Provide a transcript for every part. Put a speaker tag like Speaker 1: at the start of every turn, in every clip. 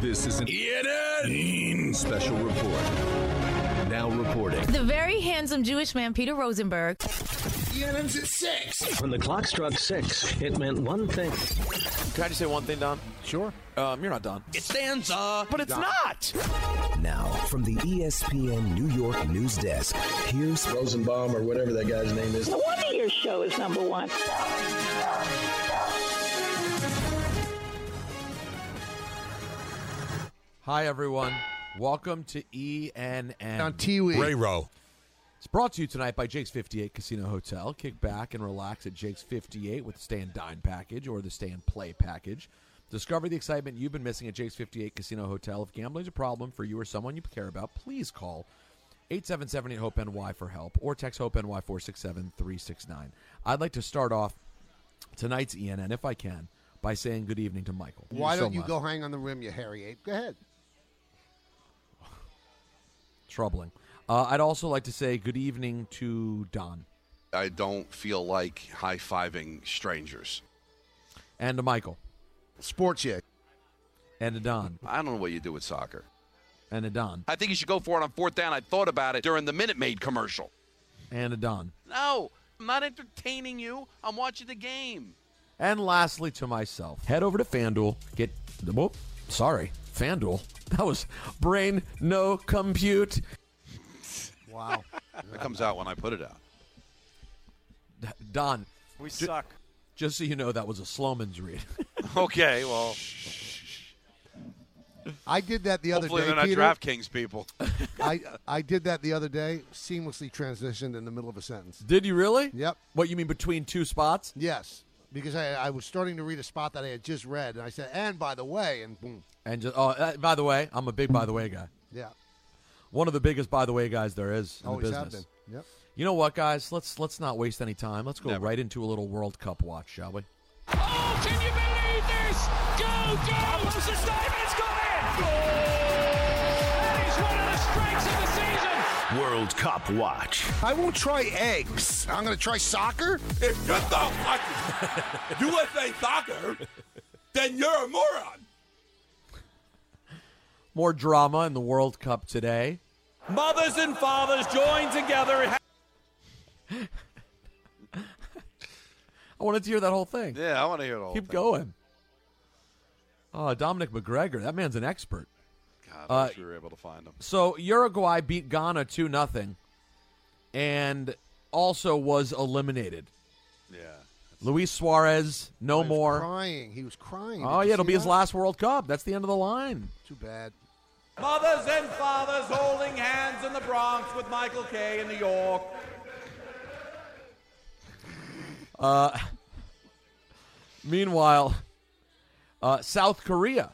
Speaker 1: This is an
Speaker 2: E
Speaker 1: ENN special report. Now reporting.
Speaker 3: The very handsome Jewish man, Peter Rosenberg.
Speaker 1: ENN's at 6.
Speaker 4: When the clock struck six, it meant one thing.
Speaker 5: Can I just say one thing, Don?
Speaker 6: Sure.
Speaker 5: Um, you're not Don. It stands up, but it's not.
Speaker 7: Now, from the
Speaker 2: E
Speaker 7: ESPN New York news desk, here's
Speaker 8: Rosenbaum or whatever that guy's name is.
Speaker 9: No wonder your show is number one.
Speaker 5: Hi, everyone. Welcome to E ENN.
Speaker 6: On TV.
Speaker 10: Ray Row.
Speaker 5: It's brought to you tonight by Jake's 58 Casino Hotel. Kick back and relax at Jake's 58 with the Stay and Dine package or the Stay and Play package. Discover the excitement you've been missing at Jake's 58 Casino Hotel. If gambling's a problem for you or someone you care about, please call 8778 HOPE NY for help or text HOPE NY 467 369. I'd like to start off tonight's ENN, if I can, by saying good evening to Michael. Thank
Speaker 6: Why
Speaker 5: so
Speaker 6: don't you
Speaker 5: much.
Speaker 6: go hang on the rim, you hairy ape? Go ahead.
Speaker 5: Troubling. Uh, I'd also like to say good evening to Don
Speaker 10: I don't feel like high fiving strangers.
Speaker 5: and to Michael
Speaker 6: Sports you.
Speaker 5: and to Don
Speaker 10: I don't know what you do with soccer.
Speaker 5: and to Don
Speaker 10: I think you should go for it on fourth down. I thought about it during the Minute Maid commercial.
Speaker 5: and to Don.
Speaker 10: No, I'm not entertaining you. I'm watching the game.
Speaker 5: And lastly, to myself, head over to FanDuel. Get whoop, sorry, FanDuel. That was brain no compute.
Speaker 6: Wow.
Speaker 10: That comes out when I put it out.
Speaker 5: Don,
Speaker 11: We suck.
Speaker 5: just so you know, that was a Sloman's read.
Speaker 11: Okay, well,
Speaker 6: I did that the other
Speaker 11: hopefully
Speaker 6: day.
Speaker 11: they're not
Speaker 6: Peter.
Speaker 11: DraftKings people.
Speaker 6: I, I did that the other day. Seamlessly transitioned in the middle of a sentence.
Speaker 5: Did you really?
Speaker 6: Yep.
Speaker 5: What you mean between two spots?
Speaker 6: Yes. Because I, I was starting to read a spot that I had just read, and I said, and by the way, and boom.
Speaker 5: And just oh, uh, by the way, I'm a big by the way guy.
Speaker 6: Yeah.
Speaker 5: One of the biggest by the way guys there is in
Speaker 6: Always
Speaker 5: the
Speaker 6: have
Speaker 5: business.
Speaker 6: been. Yep.
Speaker 5: You know what, guys? Let's let's not waste any time. Let's go right into a little World Cup watch, shall we?
Speaker 12: Oh, can you believe this? Go, go! Almost a dive, it's gone in! That is one of the strikes of the season!
Speaker 1: World Cup watch.
Speaker 6: I won't try eggs. I'm going to try soccer.
Speaker 13: If you thought like USA soccer, then you're a moron.
Speaker 5: More drama in the World Cup today.
Speaker 12: Mothers and fathers join together. and ha-
Speaker 5: I wanted to hear that whole thing.
Speaker 11: yeah, I want to hear it all.
Speaker 5: Keep going. Oh, Dominic McGregor. That man's an expert.
Speaker 11: God,
Speaker 5: Uh,
Speaker 11: you were able to find them.
Speaker 5: So Uruguay beat Ghana 2 0 and also was eliminated.
Speaker 11: Yeah.
Speaker 5: Luis Suarez, no
Speaker 6: He was
Speaker 5: more.
Speaker 6: Crying. He was crying.
Speaker 5: Oh,
Speaker 6: Did you
Speaker 5: yeah, it'll
Speaker 6: see
Speaker 5: be his
Speaker 6: that?
Speaker 5: last World Cup. That's the end of the line.
Speaker 6: Too bad.
Speaker 12: Mothers and fathers holding hands in the Bronx with Michael Kay in New York.
Speaker 5: Meanwhile, uh, South Korea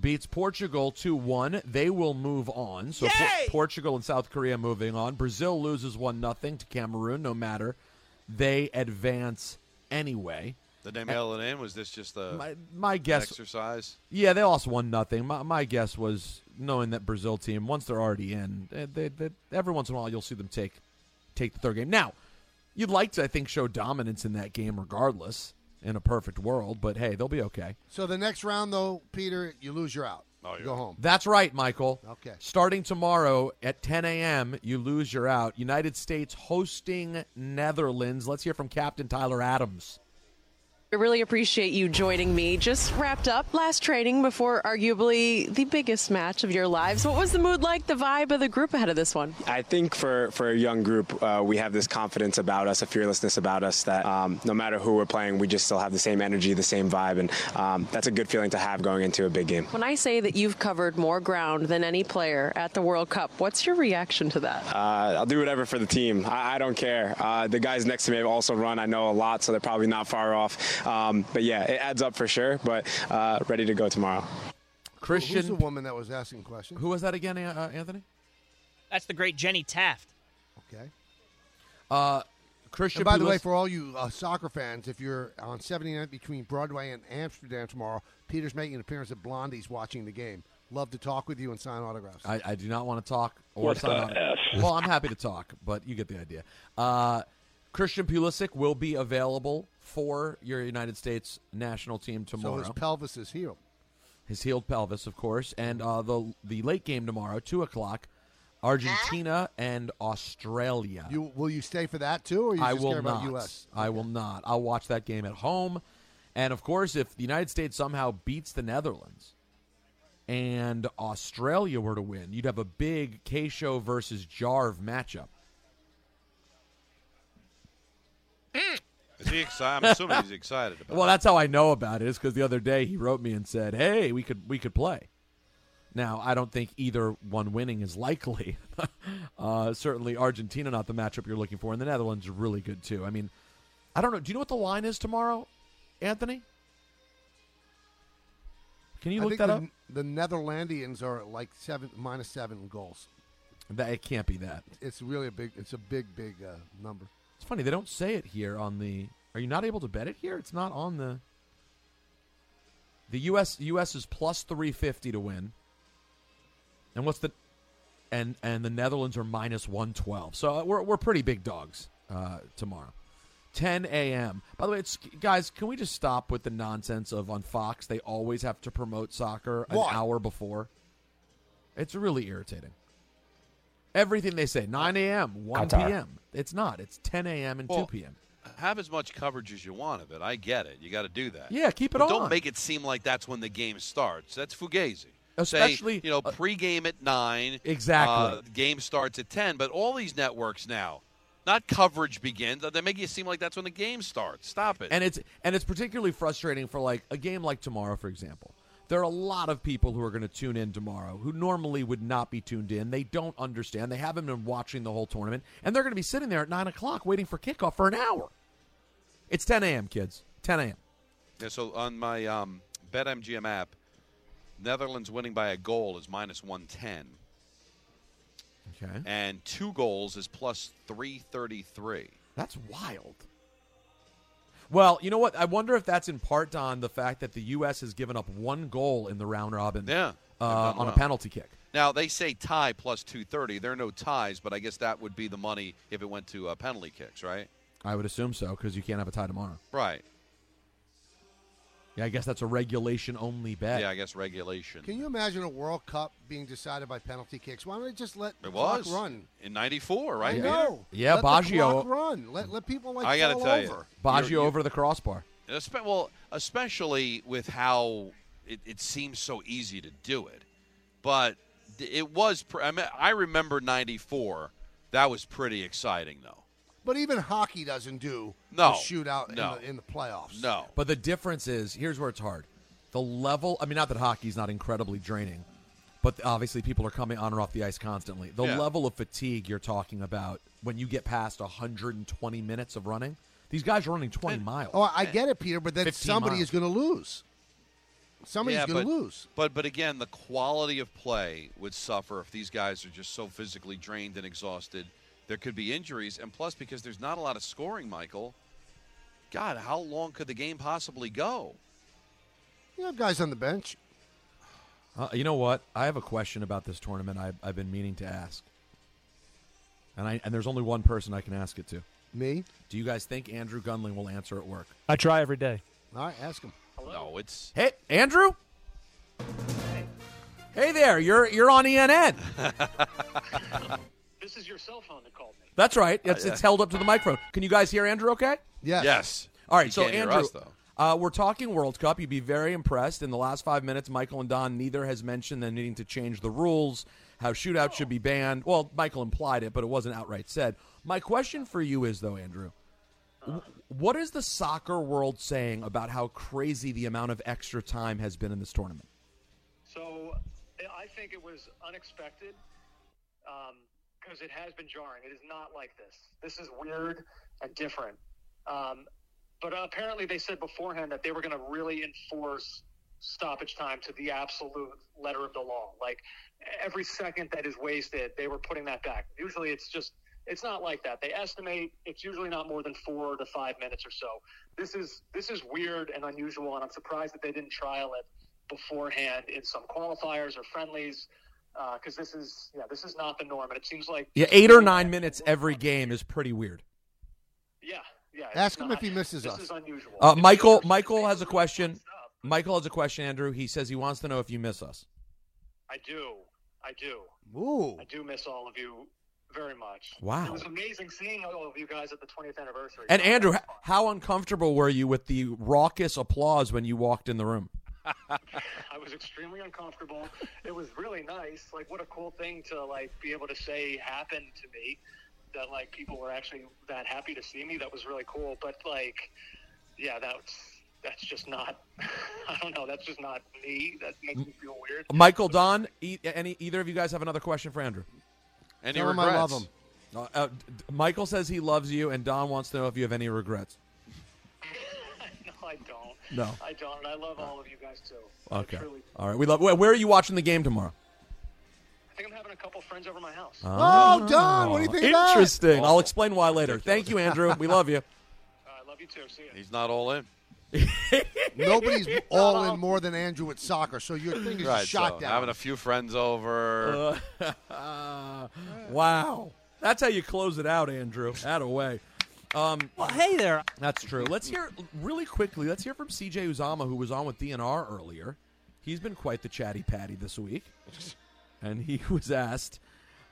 Speaker 5: beats Portugal 2 1. They will move on. So Por- Portugal and South Korea moving on. Brazil loses 1 0 to Cameroon, no matter. They advance anyway.
Speaker 11: The name LNN was this just a
Speaker 5: My, my
Speaker 11: an
Speaker 5: guess
Speaker 11: exercise?
Speaker 5: Yeah, they lost one nothing. My, my guess was knowing that Brazil team once they're already in, eh, they, they, every once in a while you'll see them take take the third game. Now, you'd like to I think show dominance in that game regardless in a perfect world, but hey, they'll be okay.
Speaker 6: So the next round, though, Peter, you lose, you're out.
Speaker 11: Oh,
Speaker 6: You
Speaker 11: yeah.
Speaker 6: Go home.
Speaker 5: That's right, Michael.
Speaker 6: Okay.
Speaker 5: Starting tomorrow at 10 a.m., you lose, you're out. United States hosting Netherlands. Let's hear from Captain Tyler Adams.
Speaker 14: I really appreciate you joining me. Just wrapped up last training before arguably the biggest match of your lives. What was the mood like, the vibe of the group ahead of this one?
Speaker 13: I think for, for a young group, uh, we have this confidence about us, a fearlessness about us that um, no matter who we're playing, we just still have the same energy, the same vibe, and um, that's a good feeling to have going into a big game.
Speaker 14: When I say that you've covered more ground than any player at the World Cup, what's your reaction to that?
Speaker 13: Uh, I'll do whatever for the team. I, I don't care. Uh, the guys next to me have also run. I know a lot, so they're probably not far off. Um, but yeah, it adds up for sure. But uh, ready to go tomorrow.
Speaker 5: Christian.
Speaker 6: Who's the woman that was asking questions?
Speaker 5: Who was that again, An- uh, Anthony?
Speaker 15: That's the great Jenny Taft.
Speaker 6: Okay.
Speaker 5: Uh, Christian.
Speaker 6: And by the way,
Speaker 5: Pulis-
Speaker 6: for all you uh, soccer fans, if you're on 79th between Broadway and Amsterdam tomorrow, Peter's making an appearance at Blondie's watching the game. Love to talk with you and sign autographs.
Speaker 5: I, I do not want to talk or
Speaker 6: What
Speaker 5: sign
Speaker 6: the
Speaker 5: on. Well, I'm happy to talk, but you get the idea. Uh, Christian Pulisic will be available for your United States national team
Speaker 6: So
Speaker 5: tomorrow.
Speaker 6: his pelvis is healed.
Speaker 5: his healed pelvis, of course, and uh, the the late game tomorrow, two o'clock, Argentina and Australia.
Speaker 6: You will you stay for that too, or you
Speaker 5: I
Speaker 6: just
Speaker 5: will
Speaker 6: care about
Speaker 5: not.
Speaker 6: U.S.
Speaker 5: I will not. I'll watch that game at home, and of course, if the United States somehow beats the Netherlands and Australia were to win, you'd have a big Show versus Jarve matchup.
Speaker 11: Is he excited? I'm assuming he's excited about
Speaker 5: Well, that's how I know about it is because the other day he wrote me and said, "Hey, we could we could play." Now I don't think either one winning is likely. uh, certainly Argentina not the matchup you're looking for, and the Netherlands are really good too. I mean, I don't know. Do you know what the line is tomorrow, Anthony? Can you
Speaker 6: I
Speaker 5: look
Speaker 6: think
Speaker 5: that
Speaker 6: the,
Speaker 5: up?
Speaker 6: The Netherlandians are at like seven minus seven goals.
Speaker 5: That it can't be that.
Speaker 6: It's really a big. It's a big, big uh, number.
Speaker 5: It's funny they don't say it here on the. Are you not able to bet it here? It's not on the. The U.S. U.S. is plus three fifty to win. And what's the, and and the Netherlands are minus one twelve. So uh, we're we're pretty big dogs uh, tomorrow. 10 a.m. By the way, it's guys. Can we just stop with the nonsense of on Fox? They always have to promote soccer an
Speaker 1: Why?
Speaker 5: hour before. It's really irritating. Everything they say 9 a.m., 1
Speaker 11: Qatar.
Speaker 5: p.m. It's not. It's 10 a.m. and 2
Speaker 11: Well,
Speaker 5: p.m.
Speaker 11: Have as much coverage as you want of it. I get it. You got to do that.
Speaker 5: Yeah, keep it
Speaker 11: But
Speaker 5: on.
Speaker 11: Don't make it seem like that's when the game starts. That's fugazi.
Speaker 5: Especially- uh,
Speaker 11: Say, you know, pregame at nine.
Speaker 5: Exactly.
Speaker 11: Uh, game starts at ten. But all these networks now, not coverage begins. uh, They make it seem like that's when the game starts. Stop it.
Speaker 5: And it's and it's particularly frustrating for like a game like tomorrow, for example. There are a lot of people who are going to tune in tomorrow who normally would not be tuned in. They don't understand. They haven't been watching the whole tournament, and they're going to be sitting there at nine o'clock waiting for kickoff for an hour. It's 10 a.m. kids. 10 a.m.
Speaker 11: Yeah, so on my um, BetMGM app, Netherlands winning by a goal is minus one ten,
Speaker 5: Okay,
Speaker 11: and two goals is plus three thirty three.
Speaker 5: that's wild. Well, you know what? I wonder if that's in part on the fact that the U.S. has given up one goal in the round robin.
Speaker 11: Yeah,
Speaker 5: uh,
Speaker 11: done
Speaker 5: on a
Speaker 11: well.
Speaker 5: penalty kick.
Speaker 11: Now they say tie plus two thirty. There are no ties, but I guess that would be the money if it went to uh, penalty kicks, right?
Speaker 5: I would assume so because you can't have a tie tomorrow.
Speaker 11: Right.
Speaker 5: Yeah, I guess that's a regulation only bet.
Speaker 11: Yeah, I guess regulation.
Speaker 6: Can you imagine a World Cup being decided by penalty kicks? Why don't they just let the
Speaker 11: It was
Speaker 6: clock run?
Speaker 11: in '94, right?
Speaker 5: Yeah.
Speaker 11: Peter?
Speaker 6: No.
Speaker 5: Yeah,
Speaker 6: let
Speaker 5: Baggio-
Speaker 6: The clock run. Let, let people like
Speaker 11: I gotta
Speaker 6: fall
Speaker 11: tell you,
Speaker 6: over.
Speaker 5: Baggio
Speaker 11: You're- you-
Speaker 5: over the crossbar.
Speaker 11: And espe- well, especially with how it, it seems so easy to do it, but th- it was. Pr- I mean, I remember '94. That was pretty exciting, though.
Speaker 6: But even hockey doesn't do
Speaker 11: No.
Speaker 6: a shootout
Speaker 11: No.
Speaker 6: in, the, in the playoffs.
Speaker 11: No.
Speaker 5: But the difference is here's where it's hard. The level, I mean, not that hockey's not incredibly draining, but obviously people are coming on or off the ice constantly. The
Speaker 1: Yeah.
Speaker 5: level of fatigue you're talking about when you get past 120 minutes of running, these guys are running 20 miles.
Speaker 6: Oh, I get it, Peter, but then
Speaker 5: 15
Speaker 6: somebody
Speaker 5: miles.
Speaker 6: is going to lose. Somebody's
Speaker 11: Yeah,
Speaker 6: going
Speaker 11: but-
Speaker 6: to lose.
Speaker 11: But but again, the quality of play would suffer if these guys are just so physically drained and exhausted. There could be injuries, and plus, because there's not a lot of scoring, Michael. God, how long could the game possibly go?
Speaker 6: You have guys on the bench.
Speaker 5: Uh, you know what? I have a question about this tournament I, I've been meaning to ask. And, I, and there's only one person I can ask it to.
Speaker 6: Me?
Speaker 5: Do you guys think Andrew Gunling will answer at work?
Speaker 16: I try every day.
Speaker 6: All right, ask him.
Speaker 11: No, it's
Speaker 5: Hey, Andrew. Hey there, you're you're on E ENN.
Speaker 16: This is your cell phone that called me.
Speaker 5: That's right. It's,
Speaker 16: yeah.
Speaker 5: it's held up to the microphone. Can you guys hear Andrew? Okay.
Speaker 6: Yes.
Speaker 11: Yes.
Speaker 5: All right.
Speaker 11: He
Speaker 5: so
Speaker 11: can't hear
Speaker 5: Andrew,
Speaker 11: us, though.
Speaker 5: Uh, we're talking World Cup. You'd be very impressed. In the last five minutes, Michael and Don neither has mentioned them needing to change the rules, how shootouts should be banned. Well, Michael implied it, but it wasn't outright said. My question for you is though, Andrew, w- what is the soccer world saying about how crazy the amount of extra time has been in this tournament?
Speaker 16: So I think it was unexpected because it has been jarring. It is not like this. This is weird and different. Um, but apparently, they said beforehand that they were going to really enforce stoppage time to the absolute letter of the law. Like every second that is wasted, they were putting that back. Usually it's just it's not like that. They estimate it's usually not more than four to five minutes or so. This is this is weird and unusual, and I'm surprised that they didn't trial it beforehand in some qualifiers or friendlies because this is yeah this is not the norm, and it seems like
Speaker 5: Yeah, eight or nine minutes every game is pretty weird.
Speaker 16: yeah yeah. it's
Speaker 6: Ask him
Speaker 16: not-
Speaker 6: if he misses
Speaker 16: this
Speaker 6: us.
Speaker 16: is unusual.
Speaker 5: Uh, Michael Michael has a question. Michael has a question, Andrew. He says he wants to know if you miss us.
Speaker 16: I do. I do.
Speaker 6: Ooh.
Speaker 16: I do miss all of you very much.
Speaker 5: Wow.
Speaker 16: It was amazing seeing all of you guys at the 20th anniversary.
Speaker 5: And Andrew, h- how uncomfortable were you with the raucous applause when you walked in the room?
Speaker 16: I was extremely uncomfortable. It was really nice. Like, what a cool thing to like be able to say happened to me. That like people were actually that happy to see me. That was really cool. But like, yeah, that's that's just not. I don't know. That's just not me. That makes me feel weird.
Speaker 5: Michael, Don, e- any either of you guys have another question for Andrew?
Speaker 11: Any Tell him I regrets? love him.
Speaker 5: Uh, uh, d- Michael says he loves you, and Don wants to know if you have any regrets.
Speaker 16: no, I don't.
Speaker 5: No.
Speaker 16: I don't. And I love all of you guys too. I
Speaker 5: Okay.
Speaker 16: truly do.
Speaker 5: All right. We love. Where, where are you watching the game tomorrow?
Speaker 16: I think I'm having a couple friends over my house.
Speaker 5: Uh,
Speaker 6: Oh, Don, what do you think of that?
Speaker 5: Interesting. I'll explain why later. Thank you, Andrew. We love you.
Speaker 11: He's not all in.
Speaker 6: Nobody's all in more than Andrew at soccer, so your thing is
Speaker 11: Right,
Speaker 6: shot
Speaker 11: so
Speaker 6: down.
Speaker 11: Having a few friends over.
Speaker 5: Uh, wow. That's how you close it out, Andrew. That away. Um, well,
Speaker 15: hey there.
Speaker 5: That's true. Let's hear really quickly. Let's hear from CJ Uzama, who was on with DNR earlier. He's been quite the chatty patty this week, and he was asked,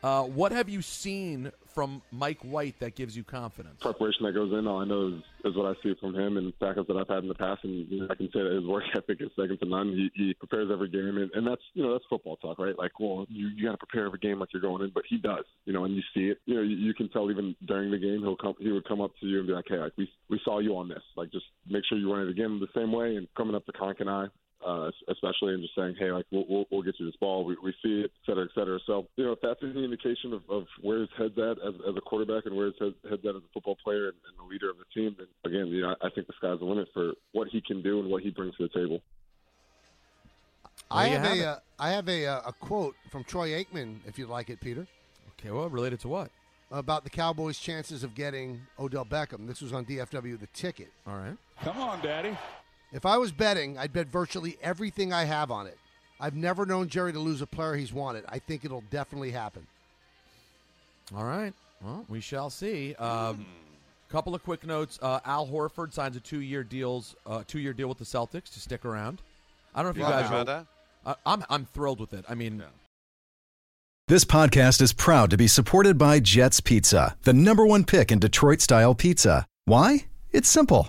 Speaker 5: uh, "What have you seen from Mike White that gives you confidence?"
Speaker 17: preparation that goes in, all I know is, is what I see from him and backups that I've had in the past, and you know, I can say that his work ethic is second to none. He, he prepares every game, and, and that's you know that's football talk, right? Like, well, you, you got to prepare every game like you're going in, but he does, you know, and you see it. You know, you, you can tell even during the game, he'll come, he would come up to you and be like, hey, like we we saw you on this, like just make sure you run it again the same way, and coming up to Conk and I, uh, especially and just saying, hey, like we'll, we'll, we'll get you this ball. We, we see it, et cetera, et cetera. So, you know, if that's any indication of, of where his head's at as, as a quarterback and where his head, head's at as a football player and, and the leader of the team, then again, you know, I, I think the sky's the limit for what he can do and what he brings to the table.
Speaker 6: I
Speaker 17: There you
Speaker 6: have,
Speaker 17: have
Speaker 6: a,
Speaker 17: it.
Speaker 6: uh, I have a uh, a quote from Troy Aikman, if you'd like it, Peter.
Speaker 5: Okay, well, related to what?
Speaker 6: About the Cowboys' chances of getting Odell Beckham. This was on DFW, the ticket.
Speaker 5: All right.
Speaker 6: Come on, Daddy. If I was betting, I'd bet virtually everything I have on it. I've never known Jerry to lose a player he's wanted. I think it'll definitely happen.
Speaker 5: All right. Well, we shall see. Um, Couple of quick notes. Uh, Al Horford signs a two-year deals, uh, two-year deal with the Celtics to stick around. I don't know if
Speaker 11: You
Speaker 5: you guys
Speaker 11: happy
Speaker 5: are.
Speaker 11: about
Speaker 5: Uh, I'm I'm thrilled with it. I mean,
Speaker 2: This podcast is proud to be supported by Jets Pizza, the number one pick in Detroit style pizza. Why? It's simple.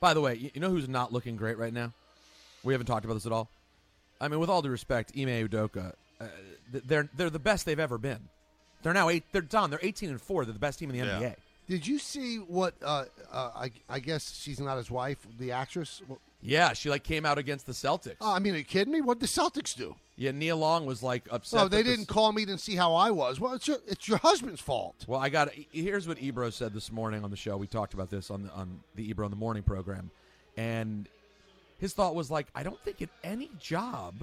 Speaker 5: by the way, you you know who's not looking great right now? We haven't talked about this at all. I mean, with all due respect, Ime Udoka, uh, th- they're they're the best they've ever been. They're now eight. They're done. They're 18 and four. They're the best team in the NBA.
Speaker 6: Did you see what? Uh, uh, I, I guess she's not his wife, the actress. Well,
Speaker 5: Yeah, she like came out against the Celtics.
Speaker 6: Oh, I mean, are you kidding me? What did the Celtics do?
Speaker 5: Yeah, Nia Long was like upset.
Speaker 6: Oh, they
Speaker 5: that the
Speaker 6: didn't call me, didn't see how I was. Well, it's your, it's your husband's fault.
Speaker 5: Well, I got here's what Ebro said this morning on the show. We talked about this on the, on the Ebro in the morning program, and his thought was like, I don't think at any job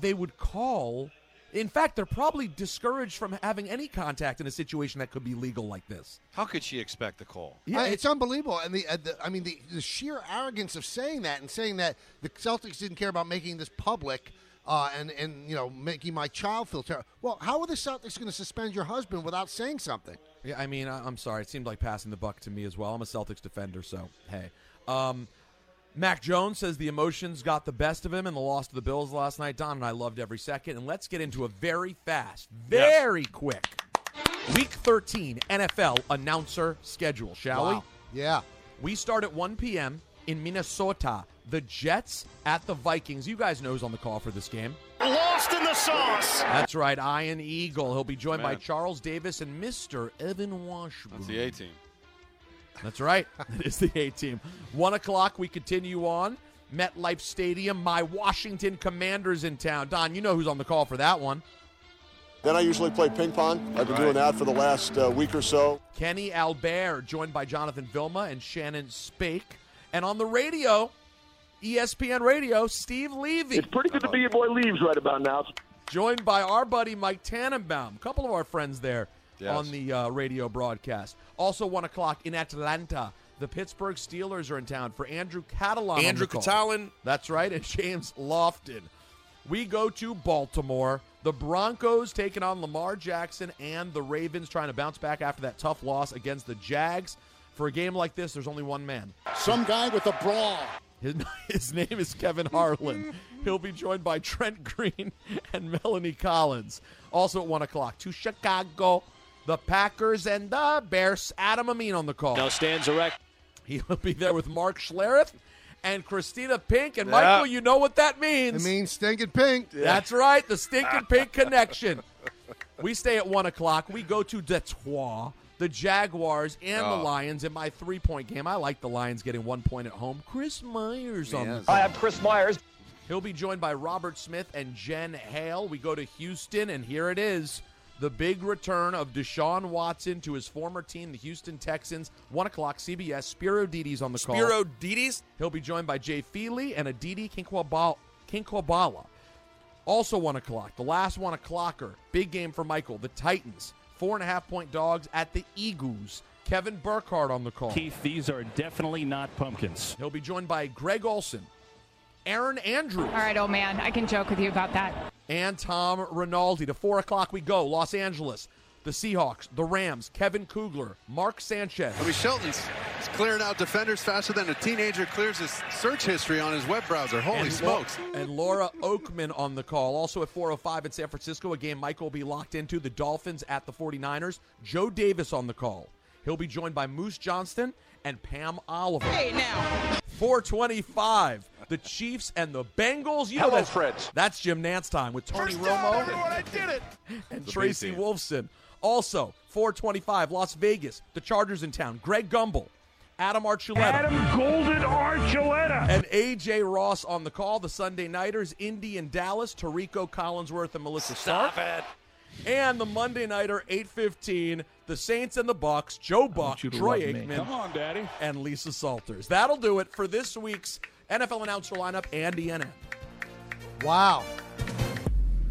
Speaker 5: they would call. In fact, they're probably discouraged from having any contact in a situation that could be legal like this.
Speaker 11: How could she expect the call?
Speaker 6: Yeah, it's unbelievable, and the, uh, the I mean the, the sheer arrogance of saying that and saying that the Celtics didn't care about making this public, uh, and and you know making my child feel terrible. Well, how are the Celtics going to suspend your husband without saying something?
Speaker 5: Yeah, I mean, I, I'm sorry. It seemed like passing the buck to me as well. I'm a Celtics defender, so hey. Um, Mac Jones says the emotions got the best of him in the loss to the Bills last night. Don and I loved every second. And let's get into a very fast, very quick Week 13 NFL announcer schedule, shall
Speaker 6: Wow. we? Yeah.
Speaker 5: We start at 1 p.m. in Minnesota. the Jets at the Vikings. You guys know who's on the call for this game.
Speaker 12: Lost in the sauce.
Speaker 5: That's right, Ian Eagle. He'll be joined by
Speaker 11: Man.
Speaker 5: Charles Davis and Mr. Evan Washburn.
Speaker 11: That's the A team.
Speaker 5: That's right. That is the A team. One o'clock, we continue on. MetLife Stadium, my Washington Commanders in town. Don, you know who's on the call for that one.
Speaker 18: Then I usually play ping pong. I've been doing that for the last uh, week or so.
Speaker 5: Kenny Albert, joined by Jonathan Vilma and Shannon Spake. And on the radio, E ESPN Radio, Steve Levy. It's
Speaker 17: pretty good to be your boy Leaves right about now.
Speaker 5: Joined by our buddy Mike Tannenbaum. A couple of our friends there
Speaker 11: Yes.
Speaker 5: on the uh, radio broadcast. Also, 1 o'clock in Atlanta. The Pittsburgh Steelers are in town for Andrew Catalan. on
Speaker 19: Andrew
Speaker 5: the call.
Speaker 19: Catalan.
Speaker 5: That's right, and James Lofton. We go to Baltimore. The Broncos taking on Lamar Jackson and the Ravens trying to bounce back after that tough loss against the Jags. For a game like this, there's only one man. Some guy with a brawl. His, his name is Kevin Harlan. He'll be joined by Trent Green and Melanie Collins. Also at 1 o'clock to Chicago, the Packers and the Bears. Adam Amin on the call.
Speaker 12: Now stands erect.
Speaker 5: He'll be there with Mark Schlereth and Christina Pink. And
Speaker 6: Yeah.
Speaker 5: Michael, you know what that means.
Speaker 6: It means stinking pink.
Speaker 5: That's right, the stinking pink connection. We stay at one o'clock. We go to Detroit, the Jaguars, and the
Speaker 12: Oh.
Speaker 5: Lions in my three-point game. I like the Lions getting one point at home. Chris Myers on the
Speaker 12: Yes. I am Chris Myers.
Speaker 5: He'll be joined by Robert Smith and Jen Hale. We go to Houston, and here it is. The big return of Deshaun Watson to his former team, the Houston Texans. One o'clock, CBS. Spiro Didi's on the call.
Speaker 19: Spiro
Speaker 5: Didi's. He'll be joined by Jay Feely and Aditi Kinkwabala. Kinkwabala. Also one o'clock. The last one o'clocker. Big game for Michael. The Titans. Four and a half point dogs at the Eagles. Kevin Burkhardt on the call.
Speaker 20: Keith, these are definitely not pumpkins.
Speaker 5: He'll be joined by Greg Olson, Aaron Andrews. All
Speaker 21: right, old man, I can joke with you about that.
Speaker 5: and Tom Rinaldi. To four o'clock we go. Los Angeles, the Seahawks, the Rams, Kevin Kugler, Mark Sanchez.
Speaker 22: Bobby Shelton's is clearing out defenders faster than a teenager clears his search history on his web browser. Holy
Speaker 5: and Lau-
Speaker 22: smokes.
Speaker 5: and Laura Oakman on the call. Also at 4.05 in San Francisco, a game Michael will be locked into. The Dolphins at the 49ers. Joe Davis on the call. He'll be joined by Moose Johnston and Pam Oliver. Hey, now. 425. The Chiefs and the Bengals. You know that's, That's Jim Nance time with Tony Romo and
Speaker 12: The
Speaker 5: Tracy
Speaker 12: B team.
Speaker 5: Wolfson. Also, 425, Las Vegas, the Chargers in town. Greg Gumbel, Adam Archuleta. Adam Golden Archuleta. And A.J. Ross on the call. The Sunday Nighters, Indy and Dallas, Tarico Collinsworth and Melissa Stop Stark. It. And the Monday Nighter, 815, the Saints and the Bucks, Joe Buck,
Speaker 20: you to
Speaker 5: Troy
Speaker 20: love me.
Speaker 5: Aikman.
Speaker 20: Come on, Daddy.
Speaker 5: And Lisa Salters. That'll do it for this week's NFL announcer lineup and E ENN.
Speaker 6: Wow.